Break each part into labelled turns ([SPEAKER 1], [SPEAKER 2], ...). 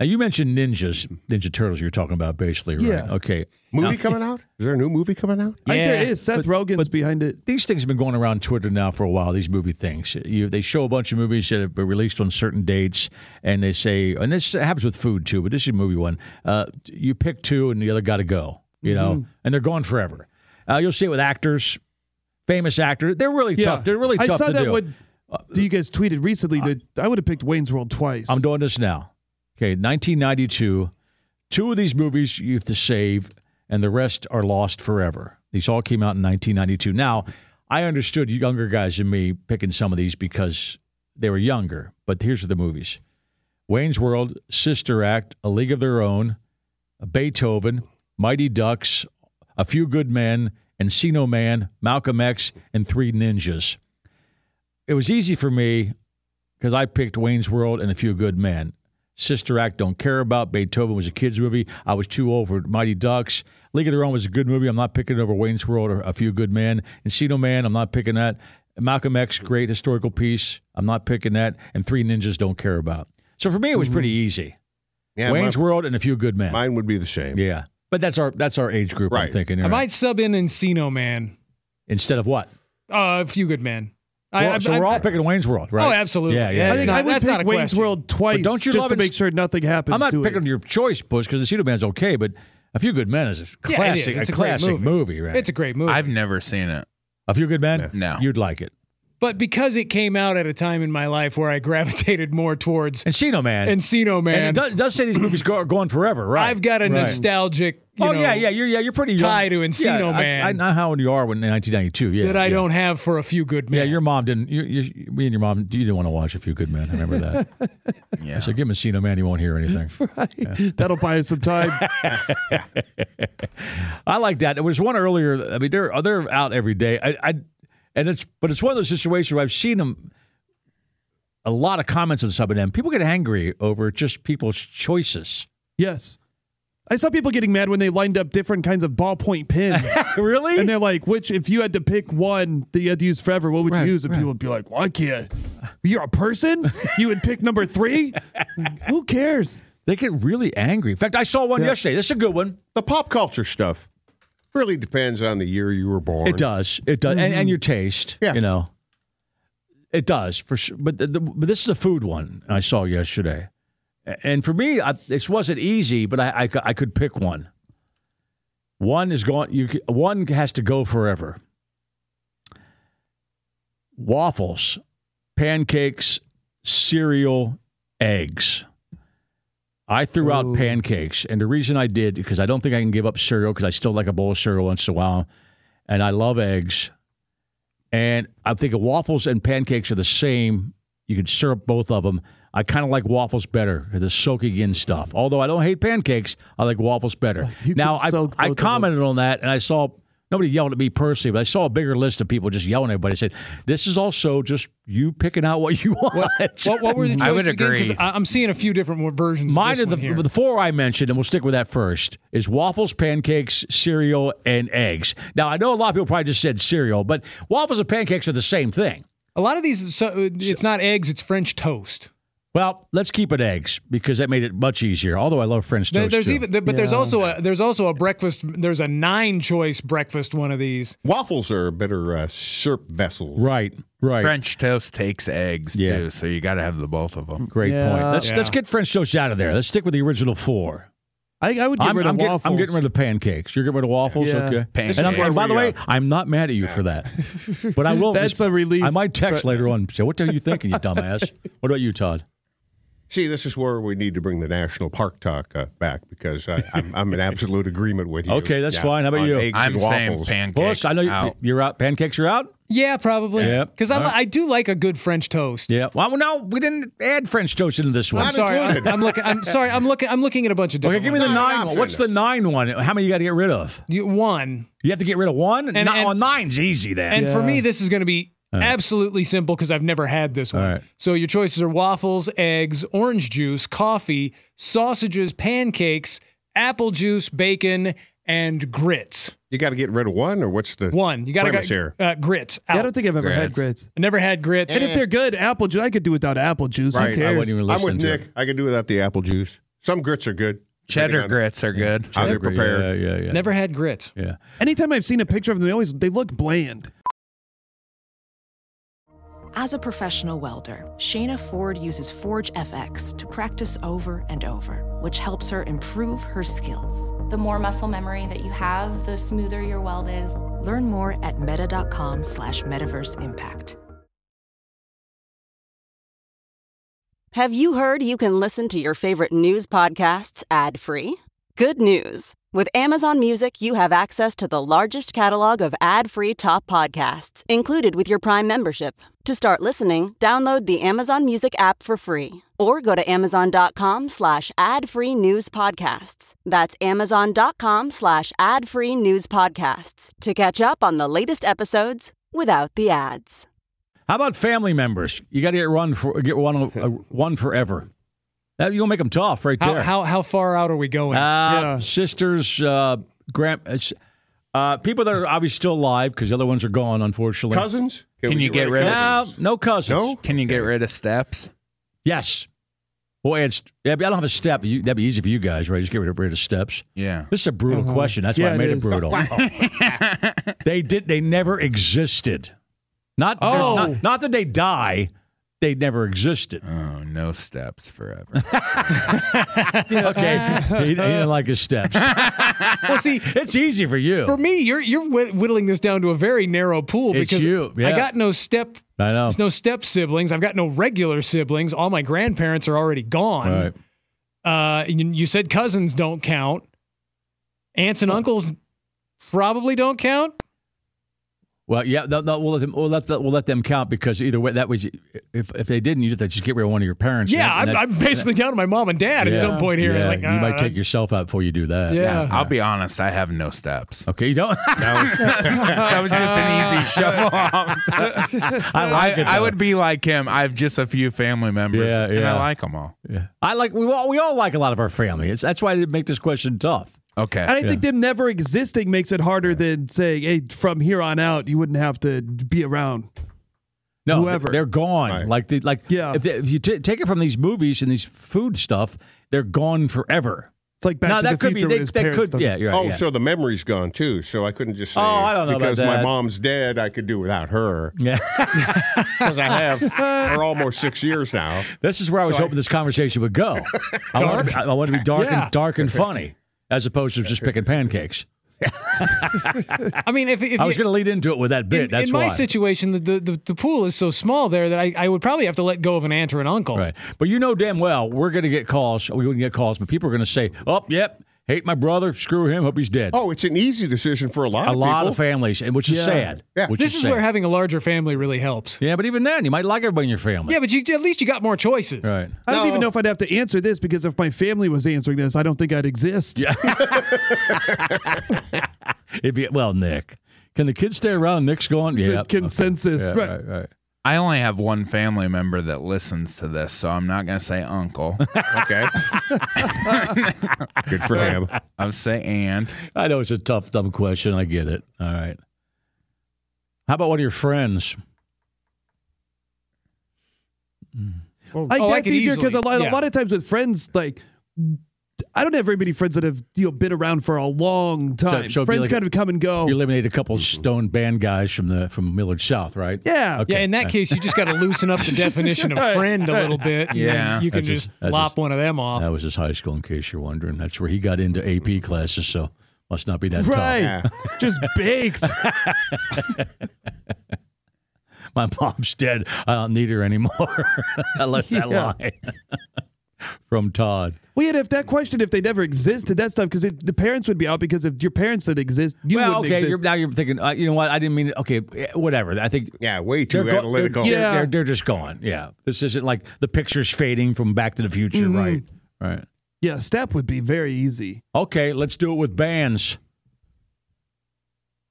[SPEAKER 1] Now you mentioned ninjas, Ninja Turtles. You were talking about basically, right?
[SPEAKER 2] Yeah.
[SPEAKER 1] Okay.
[SPEAKER 3] Movie
[SPEAKER 1] Now,
[SPEAKER 3] coming out? Is there a new movie coming out?
[SPEAKER 2] I think there
[SPEAKER 1] Yeah,
[SPEAKER 2] is.
[SPEAKER 1] but-
[SPEAKER 2] Seth Rogen's
[SPEAKER 1] but-
[SPEAKER 2] behind it.
[SPEAKER 1] These things have been going around Twitter now for a while. These movie things, you, they show a bunch of movies that have been released on certain dates, and they say, and this happens with food too, but this is a movie one. Uh, you pick two, and the other got to go. You know,
[SPEAKER 2] Mm-hmm.
[SPEAKER 1] and they're gone forever. Uh, you'll see it with actors, famous actors. They're really tough. They're really tough
[SPEAKER 2] I saw
[SPEAKER 1] to
[SPEAKER 2] that
[SPEAKER 1] do. Uh,
[SPEAKER 2] What do you guys tweeted recently? that I would have picked Wayne's World twice.
[SPEAKER 1] I'm doing this now. Okay, 1992. Two of these movies you have to save, and the rest are lost forever. These all came out in 1992. Now, I understood younger guys than me picking some of these because they were younger. But here's the movies: Wayne's World, Sister Act, A League of Their Own, Beethoven, Mighty Ducks, A Few Good Men, Encino Man, Malcolm X, and Three Ninjas. It was easy for me because I picked Wayne's World and A Few Good Men. Sister Act, don't care about. Beethoven was a kids' movie. I was too old for Mighty Ducks. League of Their Own was a good movie. I'm not picking it over Wayne's World or A Few Good Men. Encino Man, I'm not picking that. Malcolm X, great historical piece. I'm not picking that. And Three Ninjas, don't care about. So for me, it was pretty easy.
[SPEAKER 3] Mm-hmm. Yeah,
[SPEAKER 1] Wayne's
[SPEAKER 3] my-
[SPEAKER 1] World and A Few Good Men.
[SPEAKER 3] Mine would be the same.
[SPEAKER 1] Yeah, but that's our that's our age group. I'm
[SPEAKER 3] Right.
[SPEAKER 1] thinking.
[SPEAKER 4] I
[SPEAKER 1] right?
[SPEAKER 4] might sub in Encino Man.
[SPEAKER 1] Instead of what?
[SPEAKER 4] Uh, a few good men.
[SPEAKER 1] Well, so we're all picking Wayne's World, right?
[SPEAKER 4] Oh, absolutely.
[SPEAKER 1] Yeah,
[SPEAKER 4] I
[SPEAKER 1] yeah.
[SPEAKER 2] I
[SPEAKER 1] yeah.
[SPEAKER 2] think
[SPEAKER 4] That's
[SPEAKER 2] I
[SPEAKER 4] not-
[SPEAKER 2] would
[SPEAKER 4] that's
[SPEAKER 2] pick
[SPEAKER 4] not a
[SPEAKER 2] Wayne's
[SPEAKER 4] question.
[SPEAKER 2] World twice
[SPEAKER 1] But don't you
[SPEAKER 2] just
[SPEAKER 1] love
[SPEAKER 2] to
[SPEAKER 1] it-
[SPEAKER 2] make sure nothing happens.
[SPEAKER 1] I'm not
[SPEAKER 2] to it.
[SPEAKER 1] picking your choice, Bush, because the Cedo Man's okay, but A Few Good Men is a
[SPEAKER 4] Yeah,
[SPEAKER 1] classic,
[SPEAKER 4] it is. It's
[SPEAKER 1] a,
[SPEAKER 4] a great
[SPEAKER 1] classic
[SPEAKER 4] movie.
[SPEAKER 1] right?
[SPEAKER 4] It's a great movie.
[SPEAKER 5] I've never seen it.
[SPEAKER 1] a Few Good Men.
[SPEAKER 5] No.
[SPEAKER 1] you'd like it.
[SPEAKER 4] but because it came out at a time in my life where I gravitated more towards
[SPEAKER 1] Encino Man.
[SPEAKER 4] Encino Man,
[SPEAKER 1] And it does, does say these movies go, are going forever, right?
[SPEAKER 4] I've got a nostalgic. You
[SPEAKER 1] oh
[SPEAKER 4] know,
[SPEAKER 1] yeah, yeah, you're yeah, you're pretty young.
[SPEAKER 4] tie to
[SPEAKER 1] yeah,
[SPEAKER 4] Encino
[SPEAKER 1] I-
[SPEAKER 4] Man.
[SPEAKER 1] I, know how old you are when in 1992. Yeah,
[SPEAKER 4] that I
[SPEAKER 1] yeah.
[SPEAKER 4] don't have for a few good men.
[SPEAKER 1] Yeah, your mom didn't. You, you, me and your mom, you didn't want to watch A Few Good Men. I remember that.
[SPEAKER 5] Yeah.
[SPEAKER 1] So give him Encino Man, he won't hear anything.
[SPEAKER 2] That'll buy us some time.
[SPEAKER 1] I like that. There was one earlier. I mean, they're they're out every day. I, I and it's but it's one of those situations where I've seen them. A lot of comments on some of them. People get angry over just people's choices.
[SPEAKER 2] yes. I saw people getting mad when they lined up different kinds of ballpoint pins.
[SPEAKER 1] Really?
[SPEAKER 2] And they're like, which, if you had to pick one that you had to use forever, what would
[SPEAKER 1] Right,
[SPEAKER 2] you use? And
[SPEAKER 1] right.
[SPEAKER 2] people would be like, well, I can't. You're a person? You would pick number three? Who cares?
[SPEAKER 1] they get really angry. In fact, I saw one yesterday. This is a good one.
[SPEAKER 3] The pop culture stuff really depends on the year you were born.
[SPEAKER 1] It does. It does. And, and your taste.
[SPEAKER 3] Yeah.
[SPEAKER 1] You know. It does for sure. But, the, the, but this is a food one I saw yesterday, A- and for me, I, this wasn't easy. But I, I c- I could pick one. One is going. You c- one has to go forever. Waffles, pancakes, cereal, eggs. I threw out pancakes, and the reason I did because I don't think I can give up cereal because I still like a bowl of cereal once in a while, and I love eggs. And I'm thinking waffles and pancakes are the same. You can syrup both of them. I kind of like waffles better, 'cause the soaking in stuff. Although I don't hate pancakes, I like waffles better.
[SPEAKER 2] You
[SPEAKER 1] now
[SPEAKER 2] could
[SPEAKER 1] I,
[SPEAKER 2] soak
[SPEAKER 1] I
[SPEAKER 2] both of 'em.
[SPEAKER 1] commented on that, and I saw nobody yelled at me personally, but I saw a bigger list of people just yelling at everybody. I said, "This is also just you picking out what you want."
[SPEAKER 4] What, what were the choices
[SPEAKER 5] I would
[SPEAKER 4] again? 'Cause
[SPEAKER 5] agree.
[SPEAKER 4] I- I'm seeing a few different wo- versions.
[SPEAKER 1] Mine are
[SPEAKER 4] of this
[SPEAKER 1] the,
[SPEAKER 4] one here.
[SPEAKER 1] the four I mentioned, and we'll stick with that first. Is waffles, pancakes, cereal, and eggs. Now I know a lot of people probably just said cereal, but waffles and pancakes are the same thing.
[SPEAKER 4] a lot of these. So, uh, it's not eggs; it's French toast.
[SPEAKER 1] Well, let's keep it eggs because that made it much easier. Although I love French
[SPEAKER 4] There-
[SPEAKER 1] toast.
[SPEAKER 4] there's
[SPEAKER 1] too.
[SPEAKER 4] even, there- but there's also a there's also a breakfast. There's a nine choice breakfast. One of these.
[SPEAKER 3] Waffles are better uh, syrup vessels.
[SPEAKER 1] right, right.
[SPEAKER 5] French toast takes eggs
[SPEAKER 1] Yeah.
[SPEAKER 5] too, so you got to have the both of them.
[SPEAKER 1] Great point.
[SPEAKER 2] Yeah.
[SPEAKER 1] Let's let's
[SPEAKER 4] Yeah.
[SPEAKER 1] get French toast out of there. Let's stick with the original four.
[SPEAKER 2] I, I would get
[SPEAKER 1] I'm,
[SPEAKER 2] rid
[SPEAKER 1] I'm
[SPEAKER 2] of
[SPEAKER 1] getting,
[SPEAKER 2] waffles.
[SPEAKER 1] I'm getting rid of pancakes. You're getting rid of waffles.
[SPEAKER 2] Yeah.
[SPEAKER 1] Okay.
[SPEAKER 5] Pancakes.
[SPEAKER 1] And I'm-
[SPEAKER 5] That's
[SPEAKER 1] by the
[SPEAKER 3] where
[SPEAKER 1] way,
[SPEAKER 3] we
[SPEAKER 1] I'm not mad at you for that, but I will.
[SPEAKER 2] That's a relief.
[SPEAKER 1] I might text later on. and Say, what the hell are you thinking, you dumbass? What about you, Todd?
[SPEAKER 3] See, this is where we need to bring the national park talk uh, back because I, I'm, I'm in absolute agreement with you.
[SPEAKER 1] Okay, that's fine. How about
[SPEAKER 3] on
[SPEAKER 1] you?
[SPEAKER 3] Eggs
[SPEAKER 5] I'm
[SPEAKER 3] and
[SPEAKER 5] saying
[SPEAKER 3] waffles.
[SPEAKER 5] pancakes.
[SPEAKER 1] Bush, I know you,
[SPEAKER 5] out.
[SPEAKER 1] you're out. Pancakes are out.
[SPEAKER 4] Yeah, probably.
[SPEAKER 1] Yep.
[SPEAKER 4] Because I, li- I do like a good French toast.
[SPEAKER 1] Yeah. Well, no, we didn't add French toast into this one.
[SPEAKER 4] I'm sorry. I'm,
[SPEAKER 3] included.
[SPEAKER 4] I'm looking. I'm sorry. I'm looking. I'm looking at a bunch of
[SPEAKER 1] Okay,
[SPEAKER 4] different.
[SPEAKER 1] give me the
[SPEAKER 3] Not an
[SPEAKER 1] nine one.
[SPEAKER 3] option.
[SPEAKER 1] What's the nine one? How many you got to get rid of?
[SPEAKER 4] the one.
[SPEAKER 1] You have to get rid of one.
[SPEAKER 4] And-
[SPEAKER 1] Not,
[SPEAKER 4] and-
[SPEAKER 1] oh, nine's easy then.
[SPEAKER 4] And for
[SPEAKER 2] Yeah.
[SPEAKER 4] me, this is going to be absolutely simple because I've never had this one.
[SPEAKER 1] right.
[SPEAKER 4] So your choices are waffles, eggs, orange juice, coffee, sausages, pancakes, apple juice, bacon, and grits.
[SPEAKER 3] You got to get rid of one, or what's the
[SPEAKER 4] One, you got to
[SPEAKER 3] premise here?
[SPEAKER 4] Uh, grits. Out.
[SPEAKER 2] I don't think I've ever had grits.
[SPEAKER 4] I never had grits.
[SPEAKER 2] And if they're good, apple juice, I could do without apple juice.
[SPEAKER 3] Right, I
[SPEAKER 2] Who cares?
[SPEAKER 1] I wouldn't even
[SPEAKER 3] I'm
[SPEAKER 1] listen
[SPEAKER 3] with
[SPEAKER 1] to
[SPEAKER 3] Nick.
[SPEAKER 1] it.
[SPEAKER 3] I can do without the apple juice. Some grits are good.
[SPEAKER 5] Cheddar
[SPEAKER 3] grits.
[SPEAKER 5] grits are good.
[SPEAKER 3] How they're prepared.
[SPEAKER 1] Yeah, yeah, yeah.
[SPEAKER 4] never had grits.
[SPEAKER 1] Yeah.
[SPEAKER 2] Anytime I've seen a picture of them, they always they look bland.
[SPEAKER 6] As a professional welder, Shayna Ford uses Forge FX to practice over and over, which helps her improve her skills.
[SPEAKER 7] The more muscle memory that you have, the smoother your weld is.
[SPEAKER 6] Learn more at meta.com slash metaverse impact.
[SPEAKER 8] Have you heard you can listen to your favorite news podcasts ad free? Good news! With Amazon Music, you have access to the largest catalog of ad free top podcasts included with your Prime membership. To start listening, download the Amazon Music app for free or go to amazon.com slash ad free news podcasts. That's amazon.com slash ad free news podcasts to catch up on the latest episodes without the ads.
[SPEAKER 1] How about family members? You got to get one for get one uh, one forever. That you'll make them tough right
[SPEAKER 4] How,
[SPEAKER 1] there.
[SPEAKER 4] how how far out are we going?
[SPEAKER 1] Uh,
[SPEAKER 2] Yeah.
[SPEAKER 1] Sisters, uh, grand, uh, s- uh, people that are obviously still alive because the other ones are gone, unfortunately.
[SPEAKER 3] Cousins?
[SPEAKER 5] Can
[SPEAKER 3] we
[SPEAKER 5] you get rid of
[SPEAKER 1] No,
[SPEAKER 3] cousins?
[SPEAKER 1] no cousins.
[SPEAKER 3] No?
[SPEAKER 5] Can you get rid of steps?
[SPEAKER 1] Yes. Boy, it's, I don't have a step. You, that'd be easy for you guys, right? Just get rid of, rid of steps.
[SPEAKER 5] Yeah.
[SPEAKER 1] This is a brutal
[SPEAKER 4] Uh-huh.
[SPEAKER 1] question. That's why
[SPEAKER 2] Yeah,
[SPEAKER 1] I
[SPEAKER 2] it
[SPEAKER 1] made it,
[SPEAKER 2] is.
[SPEAKER 1] brutal. they did. They never existed. Not, they're
[SPEAKER 2] Oh.
[SPEAKER 1] not not that they die. They never existed.
[SPEAKER 5] Oh, no steps forever.
[SPEAKER 1] Okay, he, he didn't like his steps.
[SPEAKER 4] well, see,
[SPEAKER 1] it's easy for you.
[SPEAKER 4] for me, you're you're whitt- whittling this down to a very narrow pool
[SPEAKER 1] It's
[SPEAKER 4] because
[SPEAKER 1] you, yeah. Oh.
[SPEAKER 4] I got no step
[SPEAKER 1] I know.
[SPEAKER 4] There's no step siblings. I've got no regular siblings. All my grandparents are already
[SPEAKER 1] All right.
[SPEAKER 4] gone. Uh, you, you said cousins don't count. Aunts
[SPEAKER 1] Oh.
[SPEAKER 4] and uncles probably don't count.
[SPEAKER 1] Well, yeah, no, no, we'll let them. We'll let, the, we'll let them count because either way, that was if if they didn't, you would have to just get rid of one of your parents.
[SPEAKER 4] Yeah,
[SPEAKER 1] And
[SPEAKER 4] I'm,
[SPEAKER 1] that-
[SPEAKER 4] I'm basically down to my mom and dad at
[SPEAKER 1] Yeah.
[SPEAKER 4] some point here.
[SPEAKER 1] Yeah,
[SPEAKER 4] like,
[SPEAKER 1] you
[SPEAKER 4] ah,
[SPEAKER 1] might take yourself out before you do that.
[SPEAKER 4] Yeah.
[SPEAKER 5] I'll be honest. I have no steps.
[SPEAKER 1] Okay, you don't.
[SPEAKER 5] that was just an easy shove off.
[SPEAKER 1] I like
[SPEAKER 5] I,
[SPEAKER 1] it.
[SPEAKER 5] I
[SPEAKER 1] though.
[SPEAKER 5] would be like him. I have just a few family members,
[SPEAKER 1] Yeah,
[SPEAKER 5] and
[SPEAKER 1] yeah.
[SPEAKER 5] I like them all.
[SPEAKER 1] I like. We all we all like a lot of our family. It's that's why I didn't make this question tough.
[SPEAKER 5] Okay.
[SPEAKER 2] And I think them never existing makes it harder than saying, hey, from here on out, you wouldn't have to be around.
[SPEAKER 1] No,
[SPEAKER 2] Whoever.
[SPEAKER 1] they're gone.
[SPEAKER 3] Right.
[SPEAKER 1] Like the like.
[SPEAKER 2] Yeah.
[SPEAKER 1] If, they, if you t- take it from these movies and these food stuff, they're gone forever.
[SPEAKER 2] It's like back
[SPEAKER 1] now
[SPEAKER 2] to
[SPEAKER 1] that
[SPEAKER 2] the
[SPEAKER 1] could
[SPEAKER 2] future.
[SPEAKER 1] be.
[SPEAKER 2] when
[SPEAKER 1] They,
[SPEAKER 2] his
[SPEAKER 1] that
[SPEAKER 2] parents
[SPEAKER 1] could.
[SPEAKER 2] don't-
[SPEAKER 1] Yeah, you're right.
[SPEAKER 3] Oh,
[SPEAKER 1] yeah.
[SPEAKER 3] so the memory's gone too. So I couldn't just say.
[SPEAKER 1] Oh, I don't know about
[SPEAKER 3] because
[SPEAKER 1] that.
[SPEAKER 3] my mom's dead. I could do without her
[SPEAKER 1] yeah.
[SPEAKER 4] uh,
[SPEAKER 3] because I have for almost six years now.
[SPEAKER 1] This is where I was hoping this conversation would go. I want to be, I want to be dark
[SPEAKER 4] Yeah.
[SPEAKER 1] and dark and funny, as opposed to just picking pancakes.
[SPEAKER 4] I mean, if, if
[SPEAKER 1] I
[SPEAKER 4] you-
[SPEAKER 1] was going to lead into it with that bit.
[SPEAKER 4] in,
[SPEAKER 1] that's
[SPEAKER 4] in my
[SPEAKER 1] why.
[SPEAKER 4] situation, the, the, the, the pool is so small there that I, I would probably have to let go of an aunt or an uncle.
[SPEAKER 1] Right, but you know damn well we're going to get calls. We wouldn't get calls, but people are going to say, "Oh, yep, hate my brother. Screw him. Hope he's dead."
[SPEAKER 3] Oh, it's an easy decision for a lot
[SPEAKER 1] a
[SPEAKER 3] of
[SPEAKER 1] lot
[SPEAKER 3] people.
[SPEAKER 1] of families, and which is
[SPEAKER 2] Yeah.
[SPEAKER 1] sad.
[SPEAKER 3] Yeah.
[SPEAKER 1] which
[SPEAKER 4] This is
[SPEAKER 1] sad.
[SPEAKER 4] where having a larger family really helps.
[SPEAKER 1] Yeah, but even then, you might like everybody in your family.
[SPEAKER 4] Yeah, but you, at least you got more choices.
[SPEAKER 1] Right.
[SPEAKER 2] I don't even know if I'd have to answer this because if my family was answering this, I don't think I'd exist. Yeah.
[SPEAKER 1] It'd be well, Nick. Can the kids stay around? Nick's gone.
[SPEAKER 2] It's
[SPEAKER 1] Yeah.
[SPEAKER 2] a consensus.
[SPEAKER 1] Yeah,
[SPEAKER 2] right.
[SPEAKER 1] right, right.
[SPEAKER 5] I only have one family member that listens to this, so I'm not going to say uncle.
[SPEAKER 3] Okay. Good for him.
[SPEAKER 5] I'll say and.
[SPEAKER 1] I know it's a tough, dumb question. I get it. All right. How about one of your friends?
[SPEAKER 2] Like
[SPEAKER 4] Oh, I
[SPEAKER 2] that's
[SPEAKER 4] could
[SPEAKER 2] easier because a,
[SPEAKER 4] easily-
[SPEAKER 2] lot
[SPEAKER 4] yeah.
[SPEAKER 2] a lot of times with friends, like I don't have very many friends that have you know been around for a long time.
[SPEAKER 1] so it'd be
[SPEAKER 2] friends
[SPEAKER 1] like
[SPEAKER 2] kind of come and
[SPEAKER 1] You
[SPEAKER 2] go.
[SPEAKER 1] eliminate a couple stone band guys from the from Millard South, right?
[SPEAKER 2] Yeah.
[SPEAKER 1] Okay. Uh,
[SPEAKER 4] Yeah, in that case, you just got to loosen up the definition of friend a little bit. and then
[SPEAKER 5] Yeah.
[SPEAKER 4] you can
[SPEAKER 1] That's just-
[SPEAKER 4] just,
[SPEAKER 1] that's
[SPEAKER 4] lop
[SPEAKER 1] just-
[SPEAKER 4] one of them off.
[SPEAKER 1] That was his high school, in case you're wondering. That's where he got into AP classes, so must not be that
[SPEAKER 2] Right.
[SPEAKER 3] Yeah.
[SPEAKER 2] Just baked.
[SPEAKER 1] tough. My mom's dead. I don't need her anymore. I left that
[SPEAKER 2] Yeah.
[SPEAKER 1] line. from Todd.
[SPEAKER 2] We had if that question if they never existed that stuff because the parents would be out because if your parents didn't exist, you
[SPEAKER 1] well,
[SPEAKER 2] wouldn't
[SPEAKER 1] okay.
[SPEAKER 2] exist.
[SPEAKER 1] You're, now you're thinking, uh, you know what? I didn't mean. Okay, eh, whatever. I think
[SPEAKER 3] Yeah, way too
[SPEAKER 1] go-
[SPEAKER 3] analytical.
[SPEAKER 1] They're,
[SPEAKER 2] Yeah.
[SPEAKER 1] they're, they're just gone. Yeah, this isn't like the pictures fading from Back to the Future,
[SPEAKER 2] Mm-hmm.
[SPEAKER 1] right? Right.
[SPEAKER 2] yeah, step would be very easy.
[SPEAKER 1] Okay, let's do it with bands.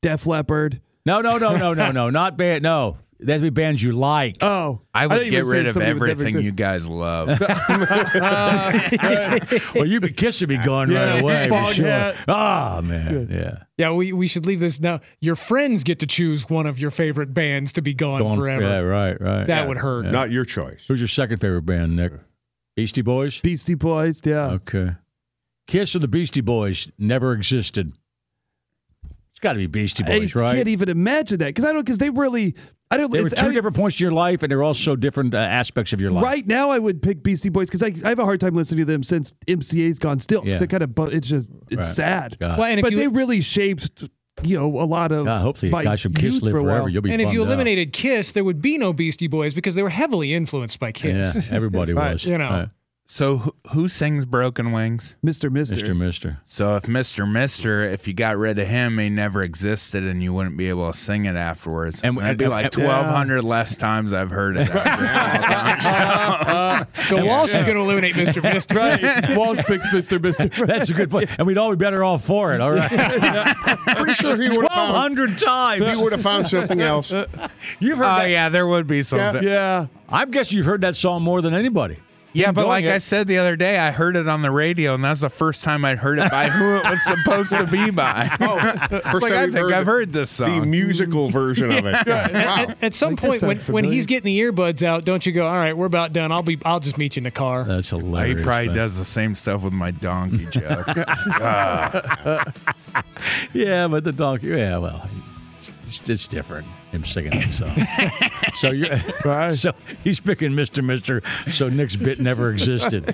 [SPEAKER 2] Def Leppard.
[SPEAKER 1] No, no, no, no, no, no. Not band. No, that would be bands you like.
[SPEAKER 2] Oh,
[SPEAKER 5] I
[SPEAKER 2] thought
[SPEAKER 5] would
[SPEAKER 2] you
[SPEAKER 5] get
[SPEAKER 2] were saying
[SPEAKER 5] rid of
[SPEAKER 2] something would never
[SPEAKER 5] everything you
[SPEAKER 2] exist.
[SPEAKER 5] guys love.
[SPEAKER 1] well, you'd be kissing me gone right
[SPEAKER 2] Yeah,
[SPEAKER 1] away. for sure.
[SPEAKER 2] Foghat.
[SPEAKER 1] Ah, man. Yeah.
[SPEAKER 4] Yeah, we, we should leave this now. Your friends get to choose one of your favorite bands to be gone,
[SPEAKER 1] Gone-
[SPEAKER 4] forever.
[SPEAKER 1] Yeah, right, right.
[SPEAKER 4] That would hurt.
[SPEAKER 3] Not your choice.
[SPEAKER 1] Who's your second favorite band, Nick? Beastie Boys?
[SPEAKER 2] Beastie Boys.
[SPEAKER 4] uh.
[SPEAKER 2] Yeah.
[SPEAKER 1] Okay. Kiss and the Beastie Boys never existed. It's got to be Beastie Boys,
[SPEAKER 2] I
[SPEAKER 1] right?
[SPEAKER 2] can't even imagine that because I don't because they really I don't.
[SPEAKER 1] They were
[SPEAKER 2] it's-
[SPEAKER 1] two
[SPEAKER 2] I-
[SPEAKER 1] different points in your life, and they're also different uh, aspects of your life.
[SPEAKER 2] Right now, I would pick Beastie Boys because I, I have a hard time listening to them since MCA's gone still. 'cause
[SPEAKER 1] Yeah.
[SPEAKER 2] it kind of bu- it's just it's
[SPEAKER 1] Right.
[SPEAKER 2] sad.
[SPEAKER 1] God.
[SPEAKER 4] Well, and if
[SPEAKER 2] but
[SPEAKER 4] you,
[SPEAKER 2] they really shaped you know a lot of
[SPEAKER 1] God, hopefully,
[SPEAKER 2] my
[SPEAKER 1] a guy from Kiss
[SPEAKER 2] youth
[SPEAKER 1] live
[SPEAKER 2] for a while.
[SPEAKER 1] forever. You'll be
[SPEAKER 4] and if you
[SPEAKER 1] bummed out.
[SPEAKER 4] eliminated Kiss, there would be no Beastie Boys because they were heavily influenced by Kiss.
[SPEAKER 1] yeah, everybody
[SPEAKER 2] Right,
[SPEAKER 1] was.
[SPEAKER 4] you know.
[SPEAKER 1] Right.
[SPEAKER 5] so who, who sings Broken Wings?
[SPEAKER 2] Mr. Mister.
[SPEAKER 1] Mister, Mister.
[SPEAKER 5] So if Mr. Mister, if you got rid of him, he never existed, and you wouldn't be able to sing it afterwards.
[SPEAKER 1] And-
[SPEAKER 5] And it'd be
[SPEAKER 1] and-
[SPEAKER 5] like
[SPEAKER 1] and-
[SPEAKER 5] twelve hundred less times I've heard it. after this all time.
[SPEAKER 4] Uh, So Walsh is going to eliminate Mr. Mist. right.
[SPEAKER 2] Walsh picks Mr. Mister.
[SPEAKER 1] That's a good point, and we'd all be better off for it. All right,
[SPEAKER 3] Pretty sure he would
[SPEAKER 1] twelve
[SPEAKER 3] have found,
[SPEAKER 1] hundred
[SPEAKER 3] he
[SPEAKER 1] times.
[SPEAKER 3] would have found something else.
[SPEAKER 1] You've heard
[SPEAKER 5] Oh
[SPEAKER 1] that.
[SPEAKER 5] yeah, there would be something. Yeah,
[SPEAKER 2] yeah.
[SPEAKER 1] I'm guessing you've heard that song more than anybody.
[SPEAKER 5] but
[SPEAKER 1] Enjoying
[SPEAKER 5] like
[SPEAKER 1] it.
[SPEAKER 5] I said the other day, I heard it on the radio, and that's the first time I'd heard it by who it was supposed to be by.
[SPEAKER 3] Oh, first
[SPEAKER 5] like, I
[SPEAKER 3] time you've
[SPEAKER 5] think I've heard this
[SPEAKER 3] The
[SPEAKER 5] song.
[SPEAKER 3] musical version of it. Wow.
[SPEAKER 4] At, at some
[SPEAKER 2] Like, this
[SPEAKER 4] point, when,
[SPEAKER 2] sounds
[SPEAKER 4] when he's
[SPEAKER 2] familiar.
[SPEAKER 4] getting the earbuds out, don't you go? All right, we're about done. I'll be. I'll just meet you in the car.
[SPEAKER 1] That's
[SPEAKER 5] he
[SPEAKER 1] hilarious.
[SPEAKER 5] probably
[SPEAKER 1] man.
[SPEAKER 5] does the same stuff with my donkey jokes.
[SPEAKER 1] Yeah, but the donkey. Yeah, well, it's, it's different. Him singing that song. so you're so he's picking Mister Mister. So Nick's bit never existed.